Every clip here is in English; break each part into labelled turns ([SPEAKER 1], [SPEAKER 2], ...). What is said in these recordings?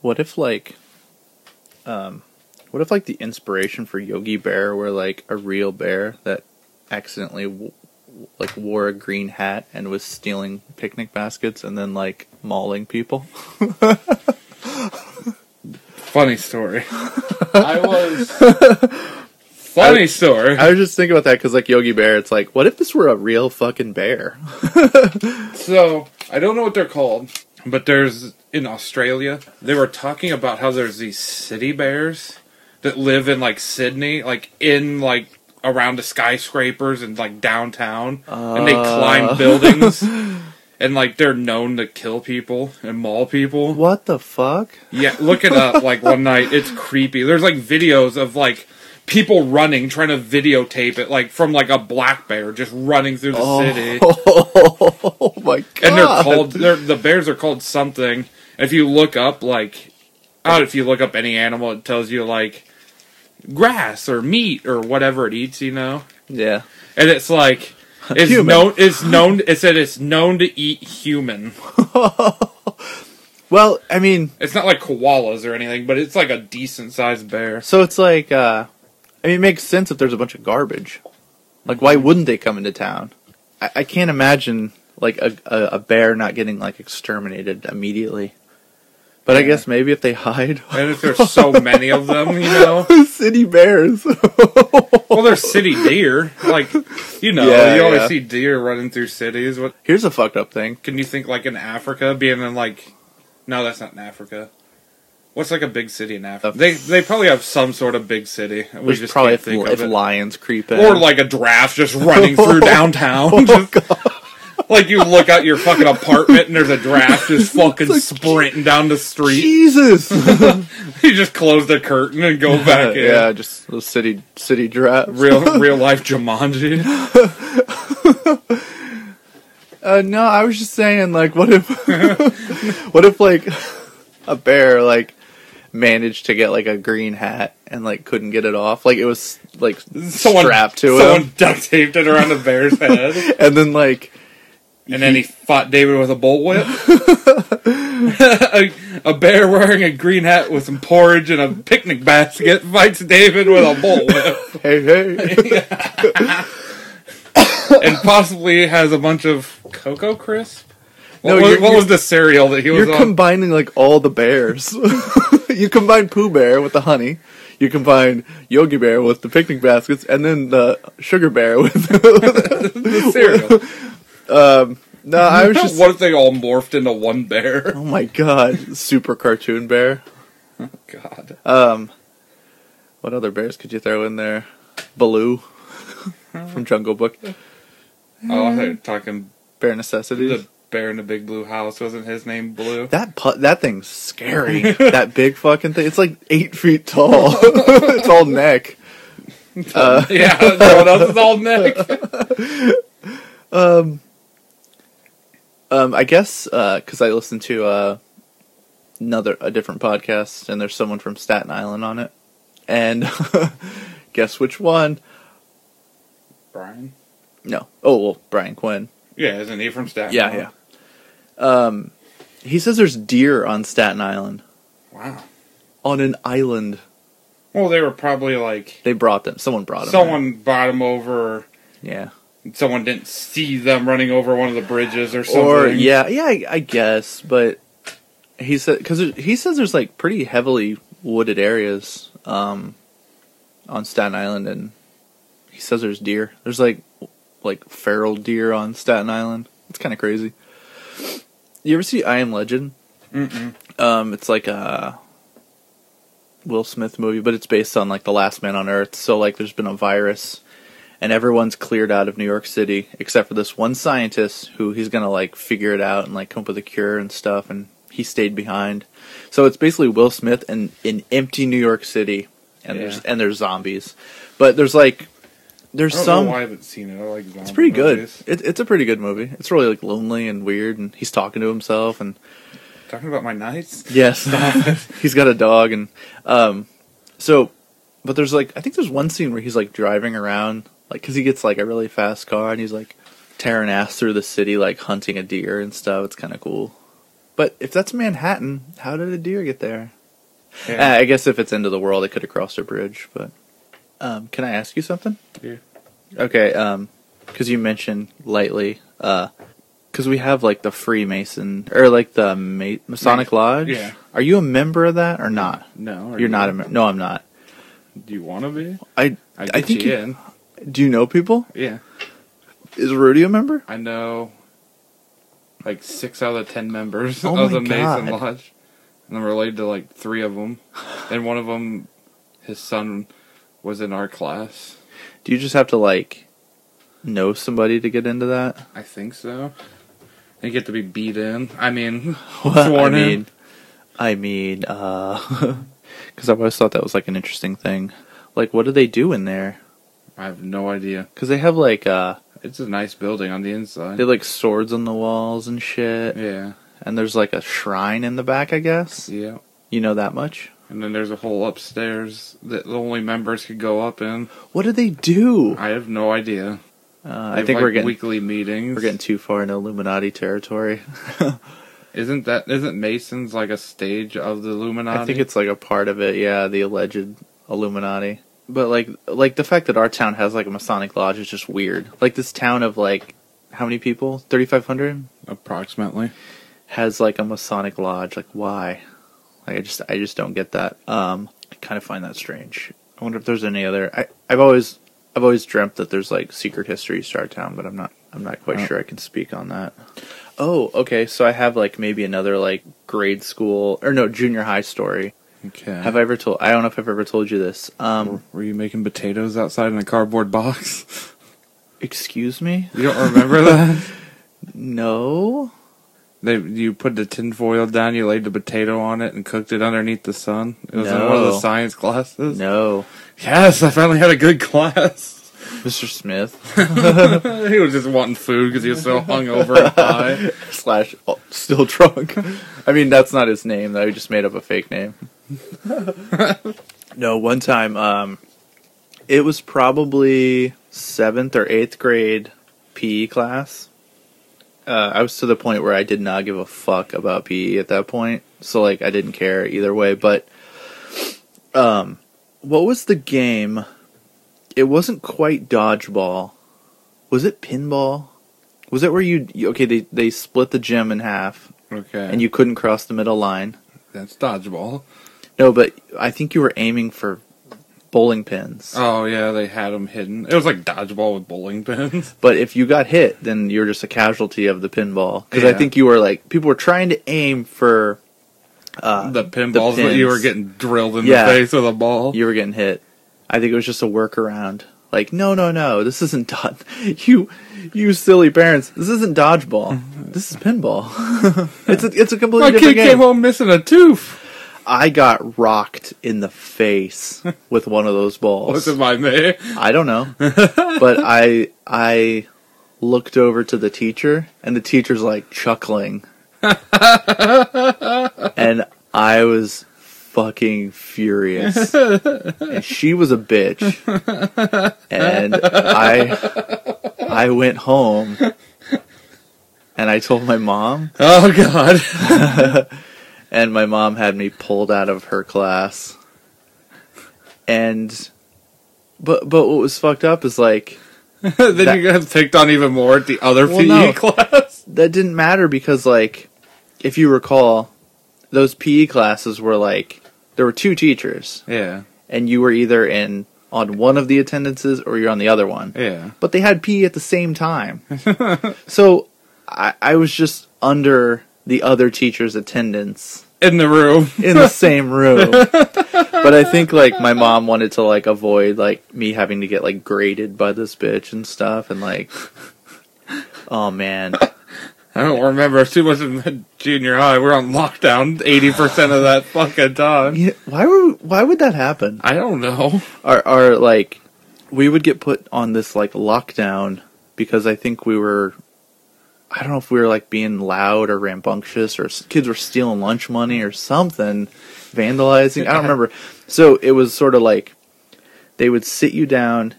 [SPEAKER 1] What if like, um, what if like the inspiration for Yogi Bear were like a real bear that accidentally w- w- like wore a green hat and was stealing picnic baskets and then like mauling people?
[SPEAKER 2] Funny story. I was. Funny story.
[SPEAKER 1] I was just thinking about that because like Yogi Bear, it's like, what if this were a real fucking bear?
[SPEAKER 2] So I don't know what they're called, but there's in Australia they were talking about how there's these city bears that live in like Sydney, like in like around the skyscrapers and like downtown, and they climb buildings. And like they're known to kill people and maul people.
[SPEAKER 1] What the fuck?
[SPEAKER 2] Yeah, look it up. Like one night, it's creepy. There's like videos of like people running, trying to videotape it, like from like a black bear just running through the city.
[SPEAKER 1] Oh my god!
[SPEAKER 2] and they're called they're, the bears are called something. If you look up like, oh, if you look up any animal, it tells you like grass or meat or whatever it eats, you know.
[SPEAKER 1] Yeah.
[SPEAKER 2] And it's like it's
[SPEAKER 1] Human.
[SPEAKER 2] known it's known it said it's known to eat human.
[SPEAKER 1] Well, I mean,
[SPEAKER 2] It's not like koalas or anything, but it's like a decent sized bear.
[SPEAKER 1] so it's like, uh, I mean, it makes sense if there's a bunch of garbage. Like, why wouldn't they come into town? I, I can't imagine like a, a a bear not getting like exterminated immediately. But I
[SPEAKER 2] Yeah.
[SPEAKER 1] guess maybe if they hide,
[SPEAKER 2] And if there's so many of them, you know.
[SPEAKER 1] city bears.
[SPEAKER 2] Well, there's city deer. Like, you know,
[SPEAKER 1] Yeah,
[SPEAKER 2] you always
[SPEAKER 1] yeah.
[SPEAKER 2] see deer running through cities. What
[SPEAKER 1] Here's a fucked up thing.
[SPEAKER 2] Can you think like in Africa, being in like? No, that's not in Africa. What's like a big city in Africa?
[SPEAKER 1] Uh,
[SPEAKER 2] They they probably have some sort of big city. We
[SPEAKER 1] There's
[SPEAKER 2] just
[SPEAKER 1] probably
[SPEAKER 2] can't
[SPEAKER 1] if,
[SPEAKER 2] think
[SPEAKER 1] if
[SPEAKER 2] of it.
[SPEAKER 1] lions creep in,
[SPEAKER 2] Or like a draft just running through downtown.
[SPEAKER 1] Oh,
[SPEAKER 2] Just- like you look out your fucking apartment and there's a draft just fucking sprinting down the street.
[SPEAKER 1] Jesus.
[SPEAKER 2] You just close the curtain and go back in.
[SPEAKER 1] yeah, just the city city draft.
[SPEAKER 2] Real real life Jumanji.
[SPEAKER 1] Uh, no, I was just saying, like, what if, what if, like, a bear, like, managed to get, like, a green hat and, like, couldn't get it off? Like, it was, like, strapped to
[SPEAKER 2] someone
[SPEAKER 1] him.
[SPEAKER 2] duct taped it around the bear's head.
[SPEAKER 1] And then, like,
[SPEAKER 2] And then he fought David with a bullwhip. a, a bear wearing a green hat with some porridge and a picnic basket fights David with a bullwhip.
[SPEAKER 1] hey, hey.
[SPEAKER 2] and possibly has a bunch of Cocoa Crisp? What,
[SPEAKER 1] No,
[SPEAKER 2] was,
[SPEAKER 1] you're-
[SPEAKER 2] what
[SPEAKER 1] you're-
[SPEAKER 2] was the cereal that he was
[SPEAKER 1] You're
[SPEAKER 2] on?
[SPEAKER 1] combining, like, all the bears. you combine Pooh Bear with the honey. You combine Yogi Bear with the picnic baskets, and then the Sugar Bear with.
[SPEAKER 2] the cereal.
[SPEAKER 1] no, I was just.
[SPEAKER 2] what if they all morphed into one bear?
[SPEAKER 1] Oh my god, super cartoon bear.
[SPEAKER 2] God.
[SPEAKER 1] Uh, What other bears could you throw in there? Baloo from Jungle Book.
[SPEAKER 2] oh, I thought you were talking
[SPEAKER 1] Bear necessities.
[SPEAKER 2] the bear in the big blue house. Wasn't his name Blue?
[SPEAKER 1] that pu- that thing's scary. that big fucking thing. It's like eight feet tall. it's all neck. Uh,
[SPEAKER 2] yeah, someone else's old Nick.
[SPEAKER 1] Um, I guess because I listened to uh, another a different podcast, and there's someone from Staten Island on it. And guess which one?
[SPEAKER 2] Brian?
[SPEAKER 1] No. Oh well, Brian Quinn.
[SPEAKER 2] Yeah, isn't he from Staten
[SPEAKER 1] Yeah,
[SPEAKER 2] Island?
[SPEAKER 1] yeah. Um, he says there's deer on Staten Island.
[SPEAKER 2] Wow.
[SPEAKER 1] On an island,
[SPEAKER 2] Well, they were probably like
[SPEAKER 1] they brought them. Someone brought them.
[SPEAKER 2] someone brought them over.
[SPEAKER 1] Yeah.
[SPEAKER 2] and Someone didn't see them running over one of the bridges or something.
[SPEAKER 1] Or yeah, yeah, I, I guess. But he said because he says there's like pretty heavily wooded areas um, on Staten Island, and he says there's deer. There's like like feral deer on Staten Island. It's kind of crazy. You ever see I Am Legend?
[SPEAKER 2] Mm-mm.
[SPEAKER 1] Um, it's like a Will Smith movie, but it's based on like The Last Man on Earth. So like, there's been a virus, and everyone's cleared out of New York City except for this one scientist who he's gonna like figure it out and like come up with a cure and stuff. And he stayed behind. So it's basically Will Smith and in empty New York City, and
[SPEAKER 2] Yeah.
[SPEAKER 1] there's and there's zombies, but there's like
[SPEAKER 2] I
[SPEAKER 1] there's
[SPEAKER 2] don't
[SPEAKER 1] some.
[SPEAKER 2] know why I haven't seen it. I like zombie
[SPEAKER 1] It's pretty good.
[SPEAKER 2] movies.
[SPEAKER 1] It, it's a pretty good movie. It's really like lonely and weird, and he's talking to himself, and
[SPEAKER 2] Talking about my nights.
[SPEAKER 1] Yes, he's got a dog, and um, so, but there's like I think there's one scene where he's like driving around, like because he gets like a really fast car, and he's like tearing ass through the city, like hunting a deer and stuff. It's kind of cool. But if that's Manhattan, how did a deer get there?
[SPEAKER 2] Yeah.
[SPEAKER 1] Uh, I guess if it's end of the world, it could have crossed a bridge. But um, can I ask you something?
[SPEAKER 2] Yeah.
[SPEAKER 1] Okay, because you mentioned lightly, because we have like the Freemason or like the Ma- Masonic Lodge.
[SPEAKER 2] Yeah.
[SPEAKER 1] Are you a member of that or not?
[SPEAKER 2] No,
[SPEAKER 1] You're not a member. No, I'm not.
[SPEAKER 2] Do you want to be?
[SPEAKER 1] I
[SPEAKER 2] I,
[SPEAKER 1] I,
[SPEAKER 2] get
[SPEAKER 1] think.
[SPEAKER 2] you
[SPEAKER 1] You,
[SPEAKER 2] in.
[SPEAKER 1] do you know people?
[SPEAKER 2] Yeah,
[SPEAKER 1] Is Rudy a member?
[SPEAKER 2] I know. Like six out of the ten members
[SPEAKER 1] Oh
[SPEAKER 2] of
[SPEAKER 1] my
[SPEAKER 2] the Mason
[SPEAKER 1] God.
[SPEAKER 2] Lodge, and I'm related to like three of them, and one of them, his son, was in our class.
[SPEAKER 1] Do you just have to like know somebody to get into that?
[SPEAKER 2] I think so. They get to be beat in. I mean,
[SPEAKER 1] Well,
[SPEAKER 2] sworn
[SPEAKER 1] I
[SPEAKER 2] in.
[SPEAKER 1] mean, I mean, uh, because I've always thought that was like an interesting thing. Like, what do they do in there?
[SPEAKER 2] I have no idea.
[SPEAKER 1] Because they have like uh,
[SPEAKER 2] It's a nice building on the inside.
[SPEAKER 1] they have, like swords on the walls and shit,
[SPEAKER 2] yeah,
[SPEAKER 1] and there's like a shrine in the back. I guess
[SPEAKER 2] yeah.
[SPEAKER 1] you know that much.
[SPEAKER 2] And then there's a hole upstairs that the only members could go up in.
[SPEAKER 1] What do they do?
[SPEAKER 2] I have no idea.
[SPEAKER 1] Uh,
[SPEAKER 2] They
[SPEAKER 1] I
[SPEAKER 2] have,
[SPEAKER 1] think
[SPEAKER 2] like,
[SPEAKER 1] we're getting
[SPEAKER 2] weekly meetings.
[SPEAKER 1] we're getting too far into Illuminati territory.
[SPEAKER 2] Isn't that isn't Masons like a stage of the Illuminati?
[SPEAKER 1] I think it's like a part of it, yeah, the alleged Illuminati. But like like the fact that our town has like a Masonic lodge is just weird. Like this town of like how many people? 3500
[SPEAKER 2] approximately.
[SPEAKER 1] has like a Masonic lodge. Like why? Like I just I just don't get that. Um I kind of find that strange. I wonder if there's any other I I've always I've always dreamt that there's like secret histories to our town, but I'm not I'm not quite
[SPEAKER 2] Oh.
[SPEAKER 1] sure I can speak on that. Oh, okay. So I have like maybe another like grade school or no, junior high story.
[SPEAKER 2] Okay.
[SPEAKER 1] Have I ever told? I don't know if I've ever told you this. Um,
[SPEAKER 2] Were you making potatoes outside in a cardboard box?
[SPEAKER 1] excuse me?
[SPEAKER 2] you don't remember that?
[SPEAKER 1] No.
[SPEAKER 2] They you put the tin foil down, you laid the potato on it, and cooked it underneath the sun. It was in one of
[SPEAKER 1] No.
[SPEAKER 2] the science classes.
[SPEAKER 1] No.
[SPEAKER 2] Yes, I finally had a good class.
[SPEAKER 1] Mr. Smith
[SPEAKER 2] he was just wanting food because he was so hungover and high.
[SPEAKER 1] slash oh, still drunk. I mean, that's not his name. though. He just made up a fake name. no, one time, um, it was probably seventh or eighth grade PE class. Uh, I was to the point where I did not give a fuck about PE at that point, so like I didn't care either way. But um, what was the game? It wasn't quite dodgeball. Was it pinball? Was it where you you- okay? They they split the gym in half,
[SPEAKER 2] Okay,
[SPEAKER 1] and you couldn't cross the middle line.
[SPEAKER 2] that's dodgeball.
[SPEAKER 1] No, but I think you were aiming for bowling pins.
[SPEAKER 2] Oh yeah, they had them hidden. It was like dodgeball with bowling pins.
[SPEAKER 1] But if you got hit, then you're just a casualty of the pinball. Because I
[SPEAKER 2] Yeah.
[SPEAKER 1] think you were like people were trying to aim for. Uh,
[SPEAKER 2] the pinballs that
[SPEAKER 1] pins.
[SPEAKER 2] you were getting drilled in
[SPEAKER 1] Yeah.
[SPEAKER 2] the face with a ball.
[SPEAKER 1] you were getting hit. I think it was just a workaround. Like no, no, no, this isn't done. You, you silly parents, this isn't dodgeball. This is pinball. it's a, it's a completely
[SPEAKER 2] Mm-hmm. My
[SPEAKER 1] different
[SPEAKER 2] kid
[SPEAKER 1] game.
[SPEAKER 2] came home missing a tooth.
[SPEAKER 1] I got rocked in the face with one of those balls.
[SPEAKER 2] Was it my me?
[SPEAKER 1] I don't know, but I I looked over to the teacher, and the teacher's like chuckling, and I was fucking furious, and she was a bitch, and I I went home, and I told my mom,
[SPEAKER 2] Oh god.
[SPEAKER 1] and my mom had me pulled out of her class. And but but what was fucked up is like
[SPEAKER 2] then you got picked on even more at the other
[SPEAKER 1] Well,
[SPEAKER 2] PE
[SPEAKER 1] no.
[SPEAKER 2] class.
[SPEAKER 1] that didn't matter because like if you recall those PE classes were like there were two teachers
[SPEAKER 2] Yeah,
[SPEAKER 1] and you were either in on one of the attendances or you're on the other one.
[SPEAKER 2] yeah.
[SPEAKER 1] But they had PE at the same time. so I, I was just under the other teacher's attendance
[SPEAKER 2] In the room.
[SPEAKER 1] in the same room. but I think like my mom wanted to like avoid like me having to get like graded by this bitch and stuff and like oh man.
[SPEAKER 2] I don't remember. She was in junior high. We were on lockdown eighty percent of that fucking time.
[SPEAKER 1] Yeah, Why were why would that happen?
[SPEAKER 2] I don't know.
[SPEAKER 1] Or or like we would get put on this like lockdown because I think we were I don't know if we were like being loud or rambunctious or s- kids were stealing lunch money or something, vandalizing. I don't remember. So it was sort of like they would sit you down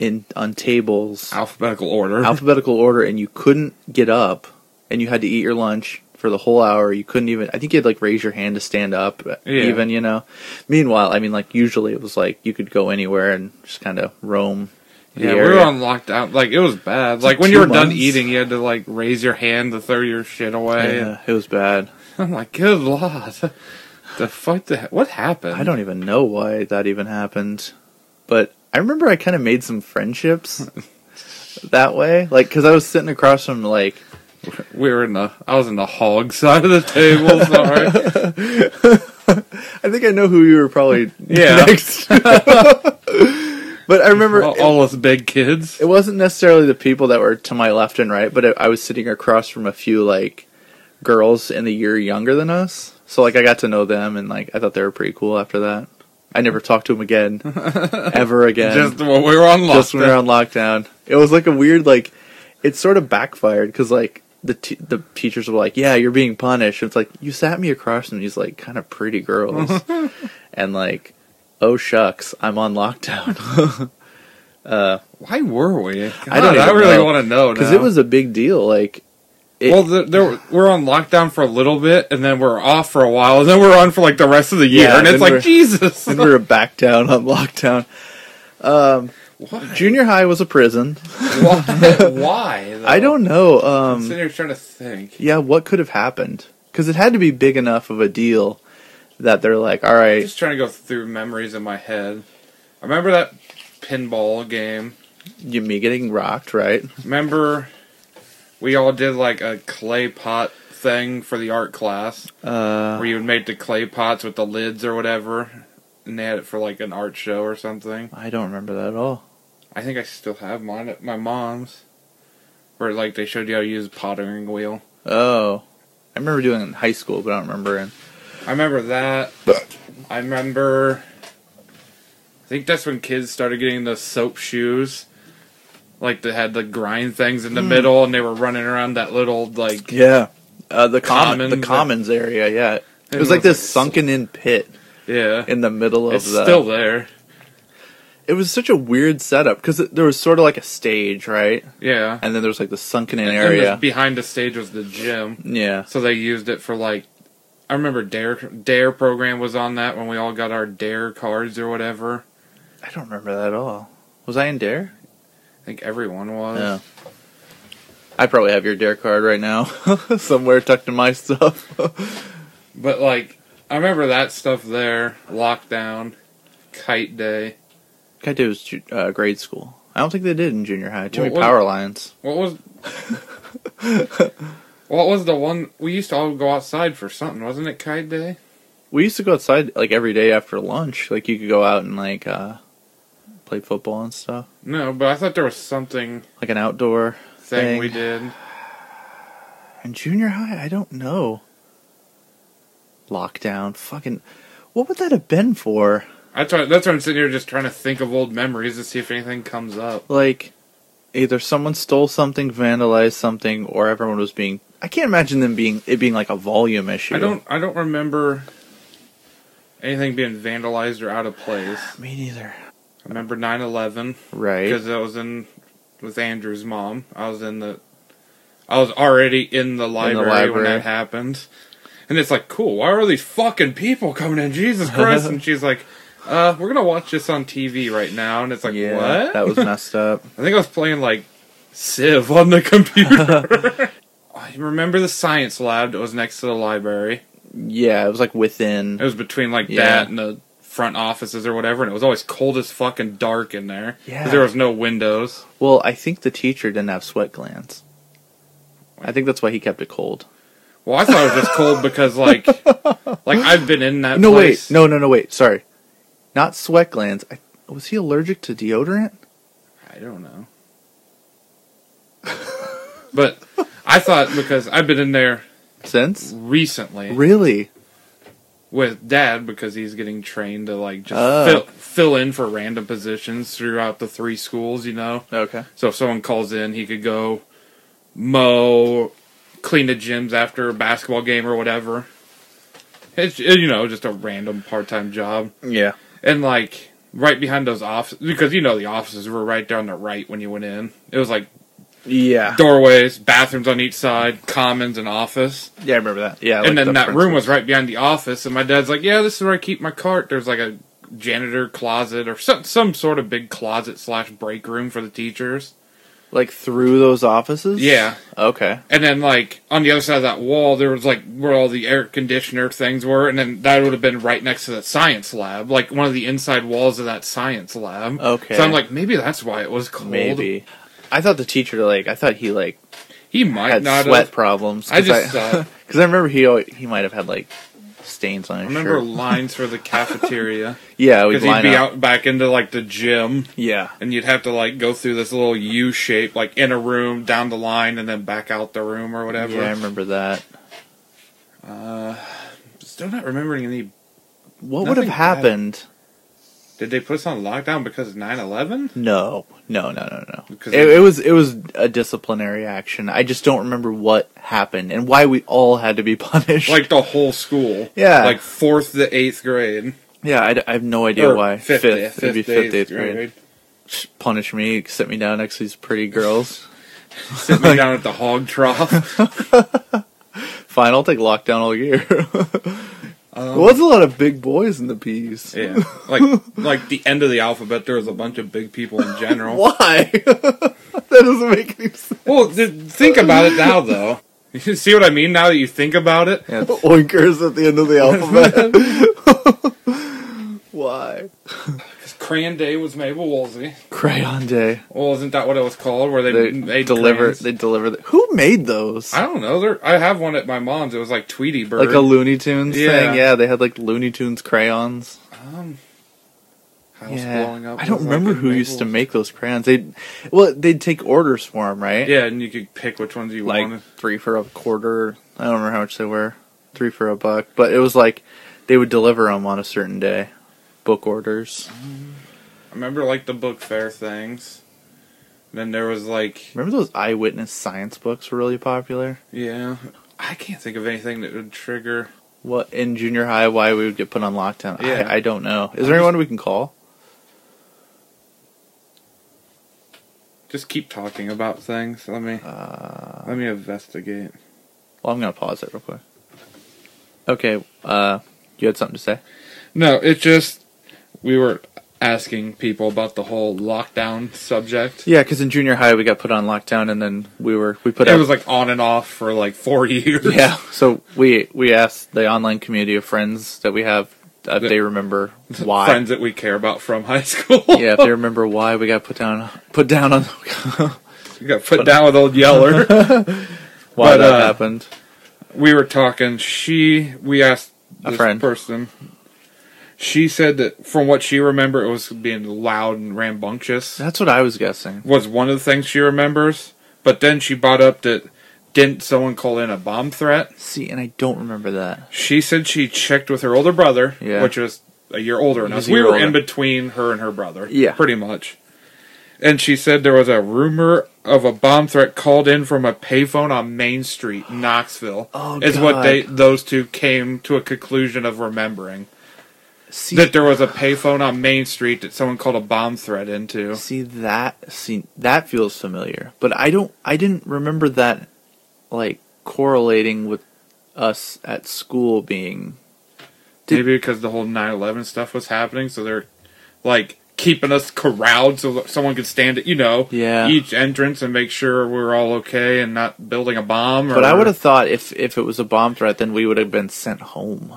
[SPEAKER 1] in on tables
[SPEAKER 2] Alphabetical order.
[SPEAKER 1] alphabetical order and you couldn't get up and you had to eat your lunch, for the whole hour. You couldn't even. I think you had like raise your hand to stand up.
[SPEAKER 2] Yeah.
[SPEAKER 1] Even you know. Meanwhile, I mean, like usually it was like you could go anywhere and just kind of roam. the
[SPEAKER 2] Yeah, we
[SPEAKER 1] area.
[SPEAKER 2] were on lockdown. Like it was bad. like
[SPEAKER 1] like
[SPEAKER 2] when
[SPEAKER 1] two
[SPEAKER 2] you were done
[SPEAKER 1] months.
[SPEAKER 2] eating, you had to like raise your hand to throw your shit away.
[SPEAKER 1] Yeah, uh, it was bad.
[SPEAKER 2] I'm like, good lord, the fuck? The, what happened?
[SPEAKER 1] I don't even know why that even happened, but I remember I kind of made some friendships that way, like because I was sitting across from like
[SPEAKER 2] We were in the. I was in the hog side of the table. Sorry.
[SPEAKER 1] I think I know who you were probably
[SPEAKER 2] Yeah.
[SPEAKER 1] next. but I remember
[SPEAKER 2] all, all us big kids.
[SPEAKER 1] it wasn't necessarily the people that were to my left and right, but I I was sitting across from a few like girls in the year younger than us. So like I got to know them, and like I thought they were pretty cool. After that, I never talked to them again, ever again.
[SPEAKER 2] Just when we were on lockdown.
[SPEAKER 1] just when we were on lockdown. It was like a weird like it sort of backfired because like the t- the teachers were like, "Yeah, you're being punished." And it's like you sat me across from these like kind of pretty girls, and like, oh shucks, I'm on lockdown
[SPEAKER 2] Why were we? God, I
[SPEAKER 1] don't
[SPEAKER 2] don't. I
[SPEAKER 1] even
[SPEAKER 2] really
[SPEAKER 1] know.
[SPEAKER 2] want to know
[SPEAKER 1] because
[SPEAKER 2] now.
[SPEAKER 1] it was a big deal. Like, it-
[SPEAKER 2] well, there, there, we're on lockdown for a little bit, and then we're off for a while, and then we're on for like the rest of the year,
[SPEAKER 1] Yeah,
[SPEAKER 2] and it's
[SPEAKER 1] then
[SPEAKER 2] like
[SPEAKER 1] we're-
[SPEAKER 2] Jesus.
[SPEAKER 1] and we were back down on lockdown.
[SPEAKER 2] Why?
[SPEAKER 1] Junior high was a prison.
[SPEAKER 2] Why? Why though?
[SPEAKER 1] I don't know.
[SPEAKER 2] I'm
[SPEAKER 1] Um,
[SPEAKER 2] sitting here trying to think.
[SPEAKER 1] yeah, what could have happened? Because it had to be big enough of a deal that they're like, "All right,
[SPEAKER 2] Just trying to go through memories in my head. I remember that pinball game.
[SPEAKER 1] you me getting rocked, right?"
[SPEAKER 2] Remember, we all did like a clay pot thing for the art class,
[SPEAKER 1] Uh,
[SPEAKER 2] where you would make the clay pots with the lids or whatever, and they had it for like an art show or something.
[SPEAKER 1] I don't remember that at all.
[SPEAKER 2] I think I still have mine at my mom's. Where like they showed you how to use a pottering wheel.
[SPEAKER 1] Oh, I remember doing it in high school, but I don't remember. In
[SPEAKER 2] I remember that. I remember I think that's when kids started getting the soap shoes. Like they had the grind things in the
[SPEAKER 1] Hmm.
[SPEAKER 2] middle and they were running around that little like
[SPEAKER 1] yeah, uh, the common
[SPEAKER 2] Commons,
[SPEAKER 1] the commons area. Yeah, it was
[SPEAKER 2] It
[SPEAKER 1] like
[SPEAKER 2] was
[SPEAKER 1] this
[SPEAKER 2] like-
[SPEAKER 1] sunken in pit
[SPEAKER 2] Yeah.
[SPEAKER 1] in the middle of
[SPEAKER 2] It's
[SPEAKER 1] the.
[SPEAKER 2] still there.
[SPEAKER 1] it was such a weird setup because there was sort of like a stage, right?
[SPEAKER 2] Yeah.
[SPEAKER 1] And then there was like the sunken in
[SPEAKER 2] And
[SPEAKER 1] area.
[SPEAKER 2] just behind the stage was the gym.
[SPEAKER 1] yeah.
[SPEAKER 2] So they used it for like I remember Dare Dare program was on that when we all got our Dare cards or whatever.
[SPEAKER 1] I don't remember that at all. Was I in Dare?
[SPEAKER 2] I think everyone was.
[SPEAKER 1] Yeah. I probably have your Dare card right now, somewhere tucked in my stuff.
[SPEAKER 2] But like, I remember that stuff there. Lockdown, kite day.
[SPEAKER 1] I did was ju- uh, grade school. I don't think they did in junior high. Too
[SPEAKER 2] What
[SPEAKER 1] many
[SPEAKER 2] was-
[SPEAKER 1] power lines.
[SPEAKER 2] What was? what was the one we used to all go outside for something? Wasn't it kite day?
[SPEAKER 1] We used to go outside like every day after lunch. Like you could go out and like uh play football and stuff.
[SPEAKER 2] No, but I thought there was something
[SPEAKER 1] Like an outdoor Thing.
[SPEAKER 2] thing, we did.
[SPEAKER 1] and junior high, I don't know. Lockdown. Fucking what would that have been for?
[SPEAKER 2] I try, that's why I'm sitting here just trying to think of old memories to see if anything comes up.
[SPEAKER 1] Like either someone stole something, vandalized something, or everyone was being I can't imagine them being it being like a volume issue.
[SPEAKER 2] I don't. I don't remember anything being vandalized or out of place.
[SPEAKER 1] me neither.
[SPEAKER 2] I remember 9/11.
[SPEAKER 1] Right.
[SPEAKER 2] because I was in with Andrew's mom. I was in the, I was already in the library, when
[SPEAKER 1] library.
[SPEAKER 2] that happened, and it's like, cool. Why are these fucking people coming in? Jesus Christ! and she's like, uh, we're gonna watch this on TV right now, and it's like,
[SPEAKER 1] Yeah.
[SPEAKER 2] what?
[SPEAKER 1] That was messed up.
[SPEAKER 2] I think I was playing like Civ on the computer. I remember the science lab that was next to the library.
[SPEAKER 1] Yeah, it was like within
[SPEAKER 2] It was between like
[SPEAKER 1] Yeah.
[SPEAKER 2] that and the front offices or whatever, and it was always cold as fuck and dark in there. 'cause
[SPEAKER 1] Yeah.
[SPEAKER 2] there was no windows.
[SPEAKER 1] Well, I think the teacher didn't have sweat glands. I think that's why he kept it cold.
[SPEAKER 2] Well, I thought it was just cold because like, like I've been in that.
[SPEAKER 1] No,
[SPEAKER 2] place.
[SPEAKER 1] wait. No, no, no, wait. Sorry. Not sweat glands. I, was he allergic to deodorant?
[SPEAKER 2] I don't know. but I thought because I've been in there
[SPEAKER 1] Since?
[SPEAKER 2] recently
[SPEAKER 1] Really?
[SPEAKER 2] with Dad because he's getting trained to like just
[SPEAKER 1] Oh.
[SPEAKER 2] fill, fill in for random positions throughout the three schools, you know.
[SPEAKER 1] Okay.
[SPEAKER 2] So if someone calls in, he could go mow, clean the gyms after a basketball game or whatever. It's you know just a random part-time job.
[SPEAKER 1] Yeah.
[SPEAKER 2] and like right behind those offices because you know the offices were right down the right when you went in. It was like
[SPEAKER 1] Yeah.
[SPEAKER 2] doorways, bathrooms on each side, commons, and office.
[SPEAKER 1] Yeah, I remember that. Yeah. like
[SPEAKER 2] and then
[SPEAKER 1] the
[SPEAKER 2] that
[SPEAKER 1] principal-
[SPEAKER 2] room was right behind the office. And my dad's like, "Yeah, this is where I keep my cart." There's like a janitor closet or some some sort of big closet slash break room for the teachers.
[SPEAKER 1] like through those offices.
[SPEAKER 2] Yeah.
[SPEAKER 1] Okay.
[SPEAKER 2] And then like on the other side of that wall, there was like where all the air conditioner things were, and then that would have been right next to the science lab, like one of the inside walls of that science lab.
[SPEAKER 1] Okay.
[SPEAKER 2] So I'm like, maybe that's why it was cold.
[SPEAKER 1] Maybe. I thought the teacher like I thought he like
[SPEAKER 2] he might
[SPEAKER 1] had
[SPEAKER 2] not
[SPEAKER 1] sweat
[SPEAKER 2] have.
[SPEAKER 1] problems.
[SPEAKER 2] I
[SPEAKER 1] 'cause
[SPEAKER 2] just uh, thought-
[SPEAKER 1] because I remember he al- he might have had like stains on
[SPEAKER 2] I
[SPEAKER 1] his
[SPEAKER 2] remember
[SPEAKER 1] shirt.
[SPEAKER 2] lines for the cafeteria
[SPEAKER 1] Yeah, we'd
[SPEAKER 2] because he'd
[SPEAKER 1] Oh, line
[SPEAKER 2] be
[SPEAKER 1] up.
[SPEAKER 2] out back into like the gym.
[SPEAKER 1] Yeah,
[SPEAKER 2] and you'd have to like go through this little U shape, like in a room, down the line, and then back out the room or whatever.
[SPEAKER 1] yeah, I remember that.
[SPEAKER 2] Still not remembering any.
[SPEAKER 1] What would have
[SPEAKER 2] Nothing bad.
[SPEAKER 1] happened?
[SPEAKER 2] Did they put us on lockdown because of 9-11?
[SPEAKER 1] No, no, no, no, no.
[SPEAKER 2] Because
[SPEAKER 1] It,
[SPEAKER 2] they-
[SPEAKER 1] it was it was a disciplinary action. I just don't remember what happened and why we all had to be punished.
[SPEAKER 2] Like the whole school.
[SPEAKER 1] Yeah.
[SPEAKER 2] Like fourth to eighth grade.
[SPEAKER 1] yeah, I, d- I have no idea
[SPEAKER 2] Or
[SPEAKER 1] why.
[SPEAKER 2] Fifth, fifth,
[SPEAKER 1] it'd be
[SPEAKER 2] to
[SPEAKER 1] fifth,
[SPEAKER 2] eighth
[SPEAKER 1] eighth
[SPEAKER 2] grade.
[SPEAKER 1] grade. Punish me, sit me down next to these pretty girls.
[SPEAKER 2] Sit me down at the hog trough.
[SPEAKER 1] Fine, I'll take lockdown all year. there was a lot of big boys in the P's.
[SPEAKER 2] Um, yeah. Like like the end of the alphabet, there was a bunch of big people in general.
[SPEAKER 1] Why? that doesn't make any sense.
[SPEAKER 2] Well, th- think about it now, though. You see what I mean now that you think about it?
[SPEAKER 1] Oinkers at the end of the alphabet. Why?
[SPEAKER 2] Crayon Day was Mabel Woolsey.
[SPEAKER 1] Crayon Day.
[SPEAKER 2] Well, isn't that what it was called? Where they,
[SPEAKER 1] They
[SPEAKER 2] made
[SPEAKER 1] deliver.
[SPEAKER 2] crayons?
[SPEAKER 1] They deliver. The, who made those?
[SPEAKER 2] I don't know. There, I have one at my mom's. It was like Tweety Bird.
[SPEAKER 1] Like a Looney Tunes
[SPEAKER 2] Yeah.
[SPEAKER 1] thing. Yeah, they had like Looney Tunes crayons.
[SPEAKER 2] um, house blowing
[SPEAKER 1] Yeah,
[SPEAKER 2] up.
[SPEAKER 1] I don't
[SPEAKER 2] was, like,
[SPEAKER 1] remember
[SPEAKER 2] a
[SPEAKER 1] who used to
[SPEAKER 2] maple-
[SPEAKER 1] make those crayons. They, well, they'd take orders for them, right?
[SPEAKER 2] Yeah, and you could pick which ones you
[SPEAKER 1] like
[SPEAKER 2] wanted.
[SPEAKER 1] three for a quarter. I don't remember how much they were. Three for a buck, but it was like they would deliver them on a certain day. Book orders.
[SPEAKER 2] I remember like the book fair things. Then there was like
[SPEAKER 1] Remember those eyewitness science books were really popular.
[SPEAKER 2] yeah, I can't think of anything that would trigger.
[SPEAKER 1] What in junior high? Why we would get put on lockdown?
[SPEAKER 2] Yeah.
[SPEAKER 1] I, I don't know. Is there anyone we can call?
[SPEAKER 2] Just keep talking about things. Let me
[SPEAKER 1] Uh,
[SPEAKER 2] let me investigate.
[SPEAKER 1] well, I'm gonna pause it real quick. Okay, uh, you had something to say?
[SPEAKER 2] No, it just we were asking people about the whole lockdown subject.
[SPEAKER 1] Yeah, because in junior high we got put on lockdown, and then we were we put
[SPEAKER 2] It
[SPEAKER 1] out.
[SPEAKER 2] was like on and off for like four years.
[SPEAKER 1] Yeah. So we we asked the online community of friends that we have if they remember why.
[SPEAKER 2] friends that we care about from high school.
[SPEAKER 1] Yeah, if they remember why we got put down put down on
[SPEAKER 2] We got put down with old Yeller.
[SPEAKER 1] why
[SPEAKER 2] But,
[SPEAKER 1] that
[SPEAKER 2] uh,
[SPEAKER 1] happened.
[SPEAKER 2] we were talking. She, we asked
[SPEAKER 1] A
[SPEAKER 2] this
[SPEAKER 1] friend.
[SPEAKER 2] person. She said that from what she remembered, it was being loud and rambunctious
[SPEAKER 1] That's what I was guessing.
[SPEAKER 2] was one of the things she remembers. But then she brought up that didn't someone call in a bomb threat?
[SPEAKER 1] See, and I don't remember that.
[SPEAKER 2] She said she checked with her older brother,
[SPEAKER 1] Yeah.
[SPEAKER 2] which was a year older than
[SPEAKER 1] He was
[SPEAKER 2] us.
[SPEAKER 1] a
[SPEAKER 2] We
[SPEAKER 1] year
[SPEAKER 2] were
[SPEAKER 1] older.
[SPEAKER 2] in between her and her brother,
[SPEAKER 1] Yeah.
[SPEAKER 2] pretty much. And she said there was a rumor of a bomb threat called in from a payphone on Main Street, Knoxville.
[SPEAKER 1] Oh,
[SPEAKER 2] is what
[SPEAKER 1] God.
[SPEAKER 2] they those two came to a conclusion of remembering
[SPEAKER 1] See,
[SPEAKER 2] that there was a payphone on Main Street that someone called a bomb threat into.
[SPEAKER 1] see that see that feels familiar, but I don't I didn't remember that like correlating with us at school being Did-
[SPEAKER 2] Maybe because the whole 9/11 stuff was happening, so they're like keeping us corralled so that someone could stand at you know
[SPEAKER 1] Yeah.
[SPEAKER 2] each entrance and make sure we're all okay and not building a bomb. Or
[SPEAKER 1] but I would have thought if if it was a bomb threat then we would have been sent home.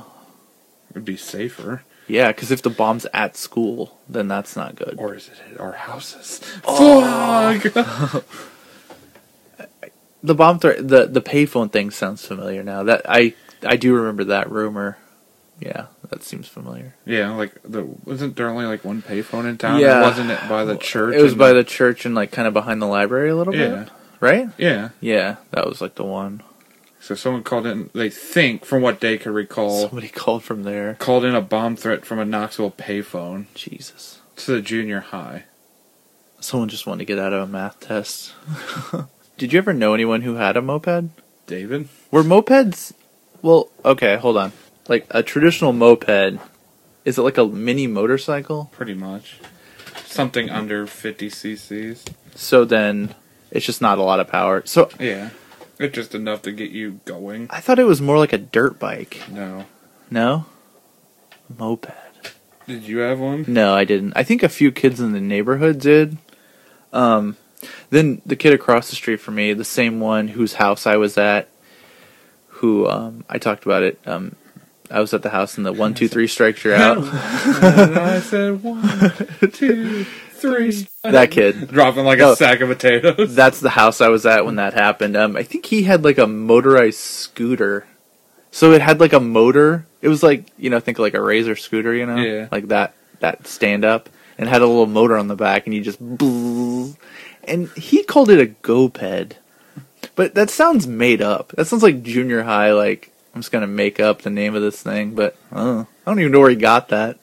[SPEAKER 2] would be safer.
[SPEAKER 1] Yeah, because if the bomb's at school, then that's not good.
[SPEAKER 2] Or is it at our houses?
[SPEAKER 1] Oh.
[SPEAKER 2] Fuck.
[SPEAKER 1] The bomb threat, the the payphone thing sounds familiar now. That I I do remember that rumor. Yeah, that seems familiar.
[SPEAKER 2] yeah, like the wasn't there only like one payphone in town?
[SPEAKER 1] Yeah.
[SPEAKER 2] wasn't it by the church?
[SPEAKER 1] It was
[SPEAKER 2] and-
[SPEAKER 1] by the church and like kind of behind the library a little
[SPEAKER 2] yeah
[SPEAKER 1] bit, right?
[SPEAKER 2] yeah.
[SPEAKER 1] Yeah, that was like the one.
[SPEAKER 2] So someone called in. They think from what they can recall.
[SPEAKER 1] Somebody called from there.
[SPEAKER 2] Called in a bomb threat from a Knoxville payphone
[SPEAKER 1] Jesus,
[SPEAKER 2] to the junior high.
[SPEAKER 1] someone just wanted to get out of a math test. Did you ever know anyone who had a moped?
[SPEAKER 2] David,
[SPEAKER 1] Were mopeds? Well, okay, hold on. Like a traditional moped, is it like a mini motorcycle?
[SPEAKER 2] pretty much something under 50 cc's.
[SPEAKER 1] So then, It's just not a lot of power. So
[SPEAKER 2] Yeah. It's just enough to get you going.
[SPEAKER 1] I thought it was more like a dirt bike.
[SPEAKER 2] No.
[SPEAKER 1] No? Moped.
[SPEAKER 2] Did you have one?
[SPEAKER 1] No, I didn't. I think a few kids in the neighborhood did. Um, then the kid across the street from me, the same one whose house I was at, who um, I talked about it. Um, I was at the house and the one, two, three strikes you out.
[SPEAKER 2] and I said one, two, three.
[SPEAKER 1] that kid.
[SPEAKER 2] Dropping like
[SPEAKER 1] No.
[SPEAKER 2] a sack of potatoes.
[SPEAKER 1] That's the house I was at when that happened. Um, I think he had like a motorized scooter. So it had like a motor. It was like you know, think like a razor scooter, you know,
[SPEAKER 2] Yeah.
[SPEAKER 1] like that that stand up, and had a little motor on the back, and you just. bzzz. And he called it a go-ped, but that sounds made up. That sounds like junior high. Like I'm just gonna make up the name of this thing, but I don't, know. I don't even know where he got that.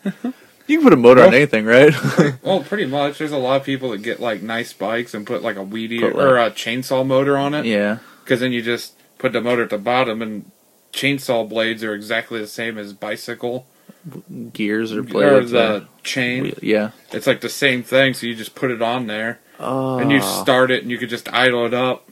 [SPEAKER 1] You can put a motor on
[SPEAKER 2] Well-
[SPEAKER 1] anything, right?
[SPEAKER 2] Well, pretty much. There's a lot of people that get like nice bikes and put like a weed eater
[SPEAKER 1] Put, like-
[SPEAKER 2] or a chainsaw motor on it.
[SPEAKER 1] yeah.
[SPEAKER 2] Because then you just put the motor at the bottom and chainsaw blades are exactly the same as bicycle
[SPEAKER 1] Gears or
[SPEAKER 2] or
[SPEAKER 1] blades.
[SPEAKER 2] the
[SPEAKER 1] Or
[SPEAKER 2] chain.
[SPEAKER 1] yeah.
[SPEAKER 2] It's like the same thing, so you just put it on there
[SPEAKER 1] Oh.
[SPEAKER 2] and you start it and you could just idle it up.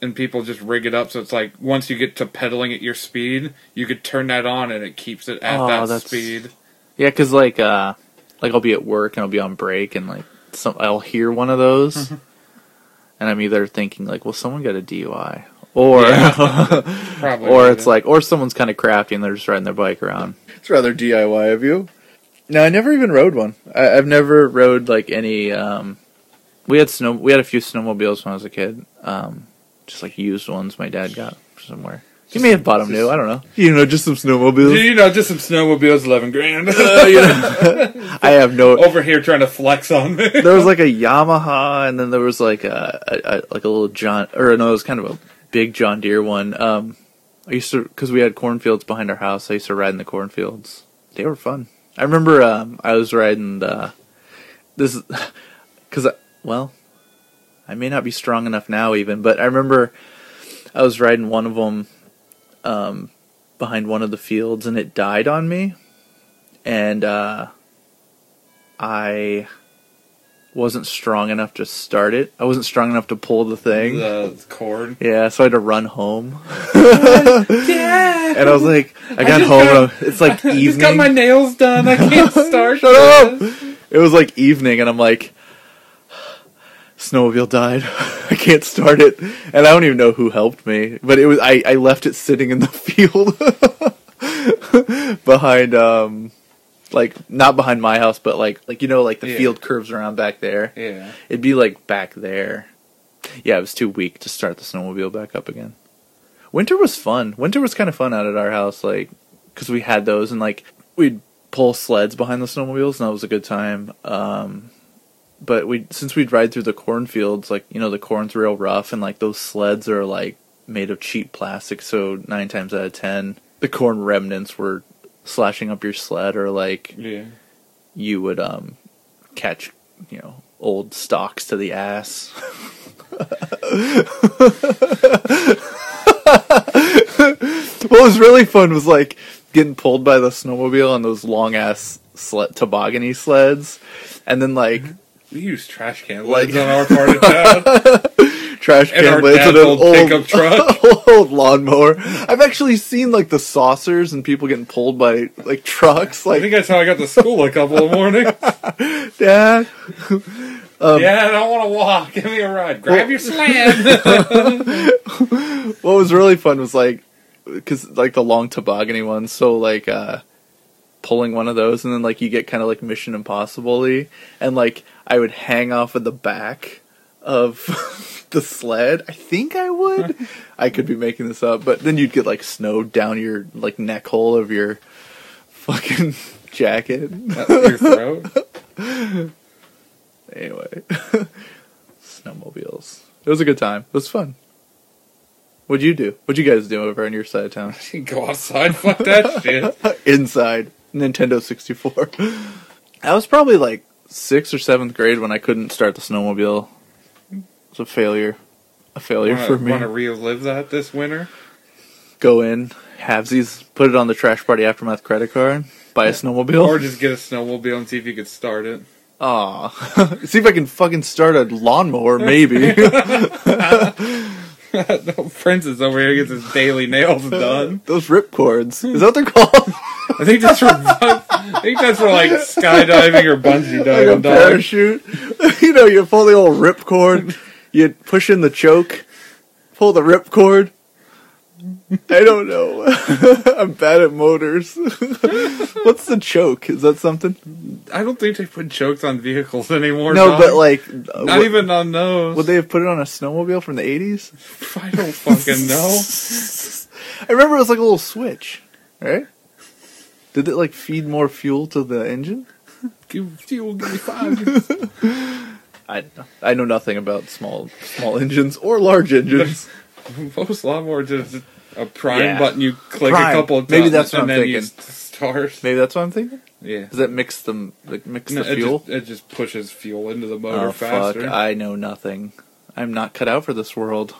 [SPEAKER 2] And people just rig it up so it's like once you get to pedaling at your speed, you could turn that on and it keeps it at
[SPEAKER 1] Oh,
[SPEAKER 2] that
[SPEAKER 1] that's-
[SPEAKER 2] speed.
[SPEAKER 1] Yeah, because like, uh, like I'll be at work and I'll be on break and like some I'll hear one of those, and I'm either thinking like, well, someone got a DUI, or
[SPEAKER 2] Probably.
[SPEAKER 1] or it's like, or someone's kind of crafty and they're just riding their bike around. It's rather DIY of you. No, I never even rode one. I, I've never rode like any. Um, we had snow. We had a few snowmobiles when I was a kid. Um, just like used ones my dad got somewhere. He may have bought them new. I don't know. You know, just some snowmobiles.
[SPEAKER 2] you know, just some snowmobiles, eleven grand.
[SPEAKER 1] I have no.
[SPEAKER 2] Over here trying to flex on me.
[SPEAKER 1] there was like a Yamaha, and then there was like a, a, a like a little John, or no, it was kind of a big John Deere one. Um, I used to because we had cornfields behind our house. I used to ride in the cornfields. They were fun. I remember um, I was riding the this because well, I may not be strong enough now even, but I remember I was riding one of them um, behind one of the fields, and it died on me, and uh, I wasn't strong enough to start it. I wasn't strong enough to pull the thing.
[SPEAKER 2] The cord.
[SPEAKER 1] Yeah, so I had to run home. And I was like, I got
[SPEAKER 2] just
[SPEAKER 1] home. and
[SPEAKER 2] got-
[SPEAKER 1] I- it's like
[SPEAKER 2] I just
[SPEAKER 1] evening.
[SPEAKER 2] got my nails done. I can't start.
[SPEAKER 1] Shut up!
[SPEAKER 2] this.
[SPEAKER 1] It was like evening, and I'm like, snowmobile died. I can't start it, and I don't even know who helped me. But it was I. I left it sitting in the field behind, um, like not behind my house, but like like you know, like the
[SPEAKER 2] Yeah.
[SPEAKER 1] field curves around back there.
[SPEAKER 2] Yeah.
[SPEAKER 1] It'd be like back there. Yeah, it was too weak to start the snowmobile back up again. Winter was fun. Winter was kind of fun out at our house, like because we had those and like we'd pull sleds behind the snowmobiles, and that was a good time. Um, but we since we'd ride through the cornfields, like you know the corn's real rough, and like those sleds are like made of cheap plastic, so nine times out of ten, the corn remnants were slashing up your sled or like
[SPEAKER 2] Yeah.
[SPEAKER 1] you would um catch you know old stocks to the ass what was really fun was like getting pulled by the snowmobile on those long ass sled toboggany sleds and then like
[SPEAKER 2] We use trash can
[SPEAKER 1] Like-
[SPEAKER 2] lids on our part of town
[SPEAKER 1] trash
[SPEAKER 2] and
[SPEAKER 1] can
[SPEAKER 2] our
[SPEAKER 1] lids
[SPEAKER 2] dad's
[SPEAKER 1] and an
[SPEAKER 2] old,
[SPEAKER 1] old,
[SPEAKER 2] pickup truck.
[SPEAKER 1] old lawnmower i've actually seen like the saucers and people getting pulled by like trucks
[SPEAKER 2] I
[SPEAKER 1] like
[SPEAKER 2] think that's how I got to school a couple of mornings.
[SPEAKER 1] dad Um,
[SPEAKER 2] yeah, I don't want to walk. Give me a ride. Grab your sled.
[SPEAKER 1] what was really fun was like because like the long toboggany ones so like uh pulling one of those and then like you get kind of like mission impossibly and like i would hang off of the back of the sled i think i would i could be making this up but then you'd get like snow down your like neck hole of your fucking jacket
[SPEAKER 2] Up your throat.
[SPEAKER 1] anyway snowmobiles it was a good time it was fun what'd you do what'd you guys do over on your side of town
[SPEAKER 2] Go outside. Fuck that shit.
[SPEAKER 1] inside Nintendo 64. I was probably like sixth or seventh grade when I couldn't start the snowmobile. It's a failure. A failure for me.
[SPEAKER 2] Want to relive that this winter?
[SPEAKER 1] Go in, halvesies, put it on the Trash Party Aftermath credit card, buy a snowmobile.
[SPEAKER 2] Or just get a snowmobile and see if you could start it.
[SPEAKER 1] Aw. See if I can fucking start a lawnmower, maybe.
[SPEAKER 2] no, Prince is over here gets his daily nails done.
[SPEAKER 1] Those rip cords. Is that what they're called?
[SPEAKER 2] I think that's for I think that's for like skydiving or bungee
[SPEAKER 1] like a
[SPEAKER 2] diving. dog.
[SPEAKER 1] parachute. you know, you pull the old rip cord, you push in the choke, pull the rip cord. I don't know. I'm bad at motors. What's the choke? Is that something?
[SPEAKER 2] I don't think they put chokes on vehicles anymore.
[SPEAKER 1] no,
[SPEAKER 2] dog.
[SPEAKER 1] but like, uh,
[SPEAKER 2] not
[SPEAKER 1] would,
[SPEAKER 2] even on those.
[SPEAKER 1] would they have put it on a snowmobile from the 80s?
[SPEAKER 2] I don't fucking know.
[SPEAKER 1] I remember it was like a little switch, right? Did it like feed more fuel to the engine?
[SPEAKER 2] Give, fuel, give me five.
[SPEAKER 1] I I know nothing about small small engines or large engines.
[SPEAKER 2] Most lawnmowers is just a prime
[SPEAKER 1] Yeah.
[SPEAKER 2] button you click
[SPEAKER 1] Prime.
[SPEAKER 2] a couple of times.
[SPEAKER 1] Maybe that's what
[SPEAKER 2] and
[SPEAKER 1] I'm
[SPEAKER 2] then you
[SPEAKER 1] thinking.
[SPEAKER 2] s- start.
[SPEAKER 1] Maybe that's what I'm thinking.
[SPEAKER 2] Yeah.
[SPEAKER 1] Does that mix them? Like mix
[SPEAKER 2] No,
[SPEAKER 1] the
[SPEAKER 2] it,
[SPEAKER 1] fuel?
[SPEAKER 2] Just, it just pushes fuel into the motor
[SPEAKER 1] oh fuck!
[SPEAKER 2] faster.
[SPEAKER 1] I know nothing. I'm not cut out for this world.